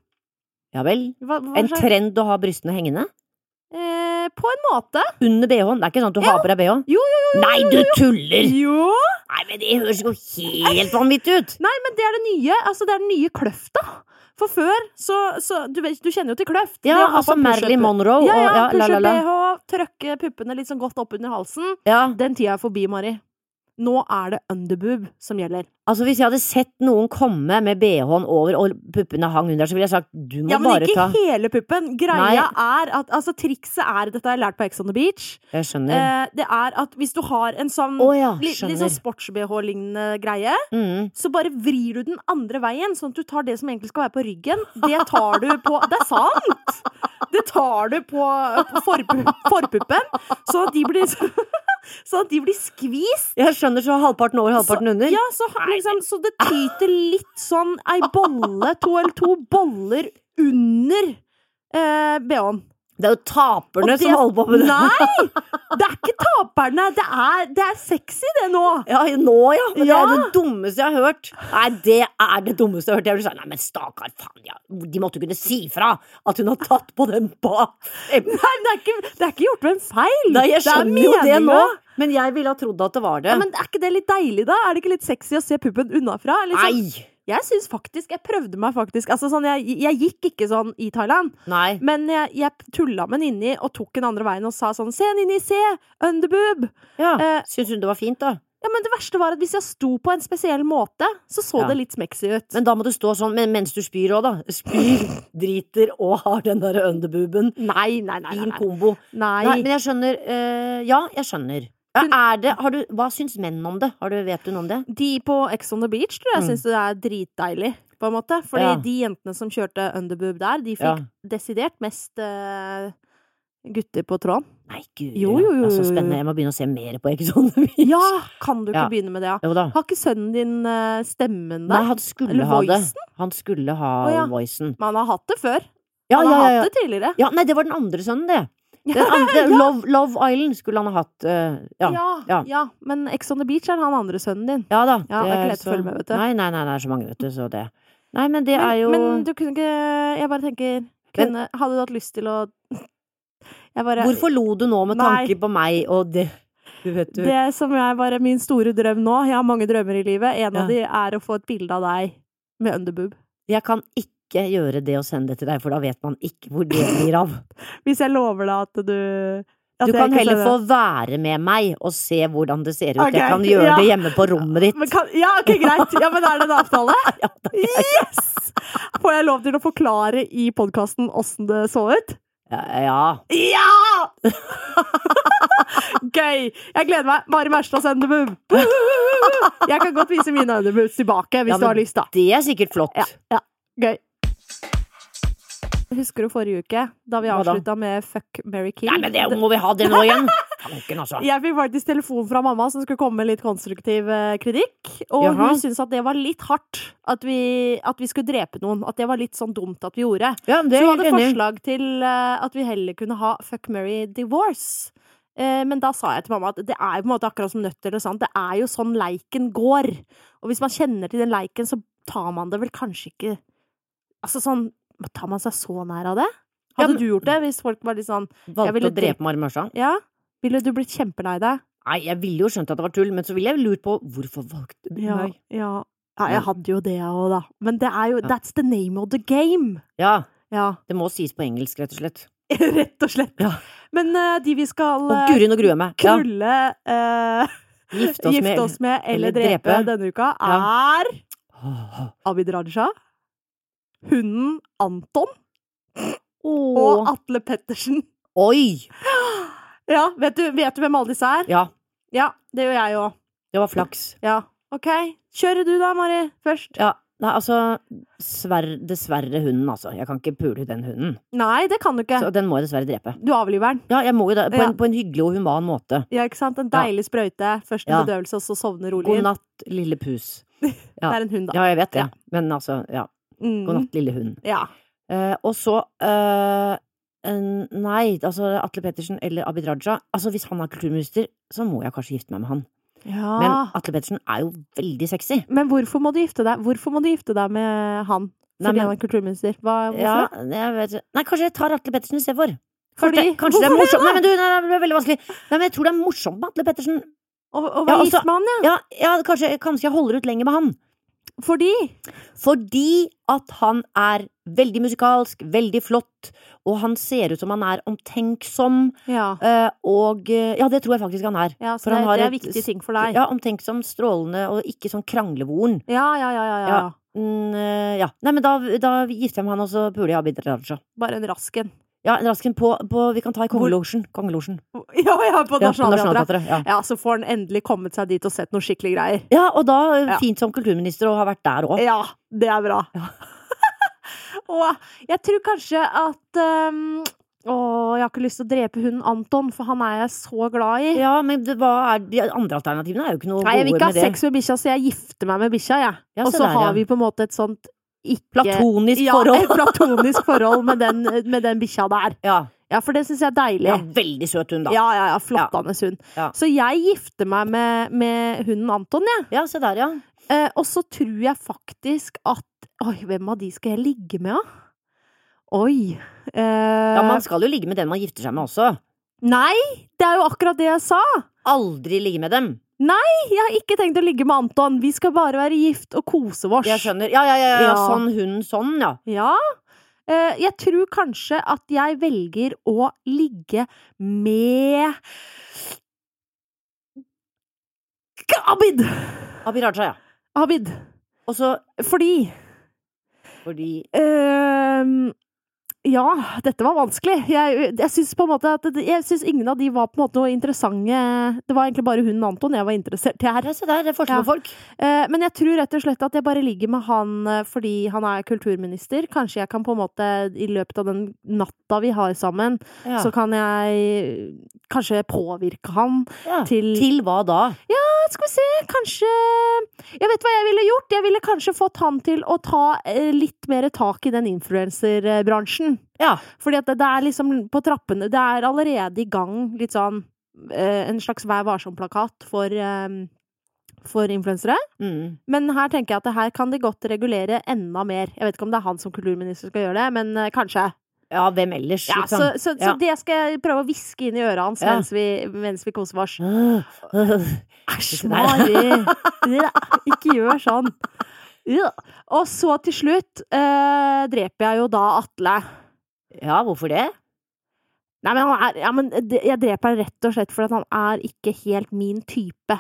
Ja vel. Hva, hva En slags- trend å ha brystene hengende? Eh, på en måte. Under bh-en? Det er ikke sånn at du har på deg bh? Jo, Nei, du tuller! Jo! Nei, men det høres jo helt vanvittig ut! Nei, men det er det nye. Altså, det er den nye kløfta. For før, så, så du, vet, du kjenner jo til kløft. Det å Ja, ha på altså en Marilyn push-up- Monroe og Ja, ja, ja, la, la, la. push-up-BH, å trøkke puppene litt sånn godt opp under halsen, Ja, den tida er forbi, Mari. Nå er det underboob som gjelder. altså Hvis jeg hadde sett noen komme med bh-en over og puppene hang under, så ville jeg sagt du må Ja, men bare ikke ta hele puppen. Greia er at Altså, trikset er Dette har jeg lært på Ex on the Beach. Jeg skjønner. Eh, det er at hvis du har en sånn Å ja, li- litt skjønner. sånn sports-BH-lignende greie, Mm. så bare vrir du den andre veien, sånn at du tar det som egentlig skal være på ryggen. Det tar du på Det er sant! Det tar du på, på forpu, forpuppen, sånn at de blir Sånn at de blir skvist. Jeg skjønner så halvparten over, halvparten under. Ja, så, liksom, så det tyter litt sånn ei bolle, to eller to boller under eh, BH-en. Det er jo Og taperne det- som holder på med det. Nei! Det er ikke taperne. Det er, det er sexy, det nå. Ja, nå ja! Men Ja. det er det dummeste jeg har hørt. Nei, det er det dummeste jeg har hørt. Jeg ville sagt nei, men stakkar, faen, ja. De måtte jo kunne si fra at hun har tatt på den bak. Nei, men det er ikke, det er ikke gjort ved en feil. Nei, jeg Det er skjønner jo det meningen. nå, men jeg ville ha trodd at det var det. Ja, men er ikke det litt deilig, da? Er det ikke litt sexy å se puppen unnafra? Eller sånn- Nei! Jeg syns faktisk Jeg prøvde meg faktisk. Altså, sånn, jeg, jeg gikk ikke sånn i Thailand, Nei. men jeg, jeg tulla med den inni og tok den andre veien og sa sånn Se, Nini, se! Underboob! Ja, Eh, Syns hun det var fint, da? Ja, men det verste var at hvis jeg sto på en spesiell måte, så så Ja. det litt smexy ut. Men da må du stå sånn men mens du spyr òg, da. Spyr, driter og har den der underbuben. nei, nei, nei. Fin nei, nei. kombo. nei. Nei, men jeg skjønner. eh, ja, jeg skjønner. Ja, er det, har du, hva syns menn om det? Har du, vet du noe om det? De på Ex on the Beach tror jeg Mm. syns det er dritdeilig, på en måte. Fordi Ja. de jentene som kjørte underboob der, de fikk desidert mest eh, gutter på tråden. Nei, gud. Jo, jo, jo, Det er så jo, jo. spennende. Jeg må begynne å se mer på Ex on the Beach. Ja! Kan du ikke Ja. begynne med det, ja? Jo da. Har ikke sønnen din eh, stemmen Nei, der? han skulle Eller ha det. voicen? Han skulle ha Å, ja. voicen. Men han har hatt det før. Ja, han ja, har ja, ja. hatt det tidligere. ja. Nei, det var den andre sønnen, det. Den andre, Love, Love Island skulle han ha hatt. eh, ja. Ja, ja. Men Ex on the Beach er han andre sønnen din. Ja da. Ja, det er ikke lett å så- følge med, vet du. Nei, nei, nei, det er så mange, vet du, så det Nei, men det Men, er jo men du kunne ikke Jeg bare tenker kunne, Hadde du hatt lyst til å Jeg bare Hvorfor lo du nå med Nei. tanke på meg og det? Du vet du. Det som er bare min store drøm nå Jeg har mange drømmer i livet. En Ja. av de er å få et bilde av deg med underboob. Jeg kan ikke gjøre det og sende det til deg, for da vet man ikke hvor det blir av. Hvis jeg lover deg at du at Du jeg kan ikke heller sender- få være med meg og se hvordan det ser ut. Ok, Jeg kan gjøre ja. det hjemme på rommet ditt. men kan, Ja, ok, greit. Ja, men er det en avtale? Ja, da- Yes! Får jeg lov til å forklare i podkasten åssen det så ut? ja, ja. Ja! Gøy! Jeg gleder meg. Mari Merstads underboob. Jeg kan godt vise mine underboobs tilbake hvis Ja, du har men- lyst, da. Det er sikkert flott. Ja, ja. Gøy. Husker du forrige uke, da vi Hva da? avslutta med Fuck, marry, kill? Nei, men det må vi ha det nå igjen! Tanken, altså. Jeg fikk faktisk telefon fra mamma som skulle komme med litt konstruktiv eh, kritikk. Og Jaha. hun syntes at det var litt hardt at vi, at vi skulle drepe noen. At det var litt sånn dumt at vi gjorde. Ja, det Så hun er jeg hadde helt enig. i. forslag til eh, at vi heller kunne ha Fuck, marry, divorce. Eh, Men da sa jeg til mamma at det er jo på en måte akkurat som nøtter eller sånt. Det er jo sånn leiken går. Og hvis man kjenner til den leiken, så tar man det vel kanskje ikke Altså sånn Tar man seg så nær av det? Ja, Hadde men- du gjort det hvis folk var litt sånn Jeg Valgte ville å drepe Mari Mørsa. Ja? Ville du blitt kjempelei deg? Nei, jeg ville jo skjønt at det var tull, men så ville jeg lurt på hvorfor valgte du Ja, meg? ja. ja, jeg hadde jo det òg, da. Men det er jo Ja. That's the name of the game! Ja, Ja, det må sies på engelsk, rett og slett. rett og slett. Ja. Men eh, de vi skal Å, eh, guri, nå gruer jeg meg. Ja, knulle, eh, gifte oss med gifte oss med eller, eller drepe, drepe. denne uka, Ja. er Åh, Abid Raja, hunden Anton og Åh. Atle Pettersen. Oi! Ja, vet du, vet du hvem alle disse er? Ja, Ja, det gjør jeg òg. det var flaks. Ja. OK. Kjører du da, Mari, først? Ja, nei, altså sverre, Dessverre hunden, altså. Jeg kan ikke pule den hunden. Nei, det kan du ikke. Så den må jeg dessverre drepe. Du avliver den. Ja, jeg må jo det. På, Ja. en, på en hyggelig og human måte. Ja, ikke sant? En deilig sprøyte, først en Ja. bedøvelse, og så sovne rolig. God natt, lille pus. ja. Det er en hund, da. Ja, jeg vet det. Ja. Men altså, ja. Mm. God natt, lille hund. Ja. Eh, og så eh, en- Nei, altså Atle Pettersen eller Abid Raja. Altså, hvis han er kulturminister, så må jeg kanskje gifte meg med han. ja. Men Men, Atle Pettersen er jo veldig sexy. hvorfor må du gifte deg? Hvorfor må du gifte deg med han? Nei, Fordi men- han er kulturminister. Hva, Ja, hvorfor? jeg vet Nei, kanskje jeg tar Atle Pettersen istedenfor. Fordi, Kanskje, kanskje det er Hvorfor morsomt Nei, men du, nei, det ble veldig vanskelig. Nei, men jeg tror det er morsomt med Atle Pettersen. Å å Ja, være altså- gift med han, ja. Ja, ja kanskje, kanskje jeg holder ut lenger med han. Fordi Fordi at han er veldig musikalsk, veldig flott, og han ser ut som han er omtenksom, Ja, eh, og eh, Ja, det tror jeg faktisk han er. ja så For det, han har det er et- viktige ting for deg. Ja, omtenksom, strålende, og ikke sånn kranglevoren. Ja, ja, ja. ja, ja. Ja. Mm, eh, ja. Nei, men da, da gifter jeg meg med han, og så puler jeg Abid Raja. Bare en rask en. Ja, rasken på, på Vi kan ta i Hvor- Kongelosjen. Kongelosjen. Ja, ja, på Ja, på Nationaltheatret. Nationaltheatret. Ja. Ja, så får han endelig kommet seg dit og sett noe skikkelig greier. ja, og da eh, Ja. fint som kulturminister og har vært der òg. Ja, det er bra. og jeg tror kanskje at ehm, Å, jeg har ikke lyst til å drepe hunden Anton, for han er jeg så glad i. Ja, men det, hva er de andre alternativene? Er jo ikke noe Nei, jeg vil gode ikke med ha det. sex med bikkja, så jeg gifter meg med bikkja, jeg. Ja, og se så der, ja. har vi på en måte et sånt ikke Platonisk ja, forhold. et platonisk forhold med den, med den bikkja der. Ja. Ja, for det syns jeg er deilig. ja, veldig søt hund, da. ja, ja, ja, flottende hund. Ja. Så jeg gifter meg med, med hunden Anton, jeg. Ja, se der, ja. Eh, og så tror jeg faktisk at Oi, hvem av de skal jeg ligge med, da? Oi. Eh, Ja, Man skal jo ligge med den man gifter seg med også. Nei, det er jo akkurat det jeg sa! Aldri ligge med dem. Jeg har ikke tenkt å ligge med Anton. Vi skal bare være gift og kose oss. Jeg skjønner. Ja, ja, ja, ja, ja. Ja. sånn hun, sånn, ja. Ja. Eh, jeg tror kanskje at jeg velger å ligge med Abid! Abid Raja, ja. Abid. Og så Fordi fordi Ehm, ja, dette var vanskelig. Jeg, jeg syns på en måte at det- Jeg syns ingen av de var på en måte noe interessante Det var egentlig bare hun Anton jeg var interessert i her. Ja, se der, det er forskjell på folk. Eh, men jeg tror rett og slett at jeg bare ligger med han eh, fordi han er kulturminister. Kanskje jeg kan på en måte i løpet av den natta vi har sammen, Ja. så kan jeg kanskje påvirke han ja. til Til hva da? ja, skal vi se, kanskje Jeg vet hva jeg ville gjort. Jeg ville kanskje fått han til å ta eh, litt mer tak i den influenserbransjen. Ja. Fordi at det, det er liksom på trappene Det er allerede i gang litt sånn eh, En slags Vær varsom-plakat for, eh, for influensere. Mm. Men her tenker jeg at det her kan de godt regulere enda mer. Jeg vet ikke om det er han som kulturminister skal gjøre det, men eh, kanskje. Ja, hvem ellers? Ja, så, liksom? så, så Ja. det skal jeg prøve å hviske inn i øret hans Ja. mens vi, mens vi koser oss. Øh, Æsj, Ikke der. Mari! Ja, Ikke gjør sånn. Ja. Og så til slutt eh, dreper jeg jo da Atle. ja, hvorfor det? Nei, men, han er, ja, men det- jeg dreper han rett og slett fordi at han er ikke helt min type.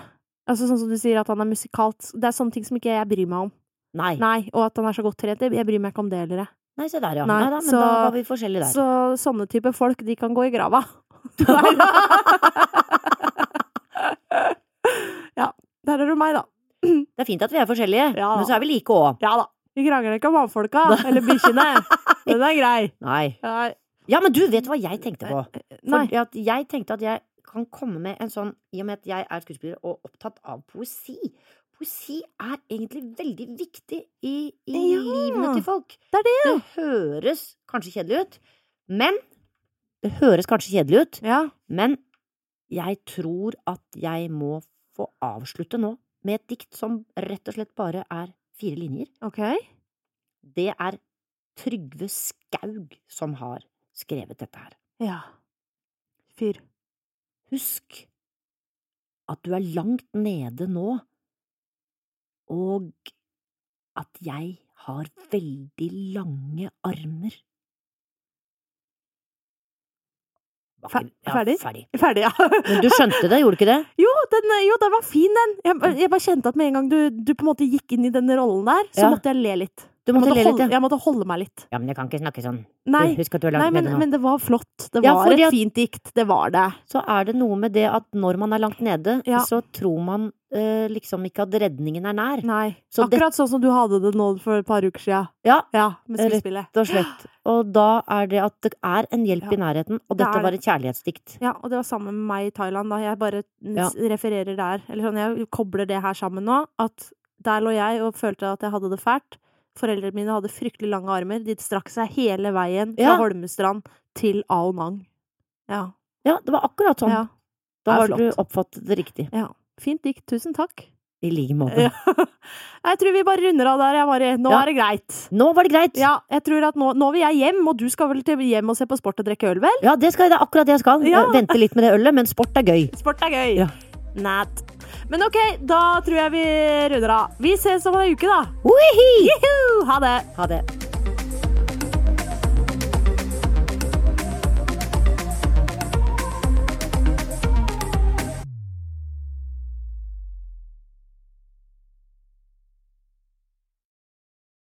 Altså Sånn som du sier, at han er musikalt. Det er sånne ting som ikke jeg bryr meg om. Nei. Nei, Nei, Og at han er så godt trent. Jeg bryr meg ikke om det heller. jeg. se der, ja. Nei, Nei da, men så- da var vi forskjellige der. Så sånne type folk, de kan gå i grava. ja. Der er du meg, da. Det er fint at vi er forskjellige, Ja. men så er vi like òg. Ja da. Vi krangler ikke om mannfolka eller bikkjene. Den er grei. Nei. Nei. Ja, men du vet hva jeg tenkte på? Eh, Nei. Fordi at jeg tenkte at jeg kan komme med en sånn I og med at jeg er skuespiller og opptatt av poesi. Poesi er egentlig veldig viktig i, i Ja. livene til folk. Det er det, Det høres kanskje kjedelig ut, men Det høres kanskje kjedelig ut, Ja. men jeg tror at jeg må få avslutte nå med et dikt som rett og slett bare er fire linjer. Ok. Det er Trygve Skaug som har skrevet dette her. Ja. Fyr. Husk at du er langt nede nå, og at jeg har veldig lange armer. Var Fer- ikke- ja, ferdig? ferdig. Ferdig, ja. Men du skjønte det, gjorde du ikke det? Jo, den, jo, den var fin, den. Jeg, bare- jeg bare kjente at med en gang du, du på en måte gikk inn i den rollen der, så Ja. måtte jeg le litt. Du Jeg måtte, måtte, le litt. holde, Ja. jeg måtte holde meg litt. ja, men jeg kan ikke snakke sånn. Nei, Husk at du er nei langt men, nede nå. men det var flott. Det Ja, var fordi et at- fint dikt. Det var det. Så er det noe med det at når man er langt nede, Ja. så tror man eh, liksom ikke at redningen er nær. Nei. Så det- Akkurat sånn som du hadde det nå for et par uker sia. Ja, Ja, med Rett skuespillet. rett og slett. Og da er det at det er en Ja. hjelp i nærheten, og Det dette er var det. et kjærlighetsdikt. Ja, og det var sammen med meg i Thailand, da. Jeg bare mm, Ja. s- refererer der. Eller sånn, jeg kobler det her sammen nå. At der lå jeg og følte at jeg hadde det fælt. Foreldrene mine hadde fryktelig lange armer. De strakk seg hele veien fra Ja. Holmestrand til Ao Nang. Ja. Ja, det var akkurat sånn. ja. Da er har du flott. oppfattet det riktig. Fint dikt. Tusen takk. I like måte. Ja. Jeg tror vi bare runder av der, jeg, Mari. Nå Ja. er det greit. Nå var det greit! Ja, jeg tror at nå, nå vil jeg hjem, og du skal vel til hjem og se på sport og drikke øl, vel? Ja, det, skal, det er akkurat det jeg skal. Ja. Eh, Vente litt med det ølet, men sport er gøy. Sport er gøy. Ja. Nat. Men OK, da tror jeg vi runder av. Vi ses om ei uke, da. Wihi! Juhu! Ha det. Ha det.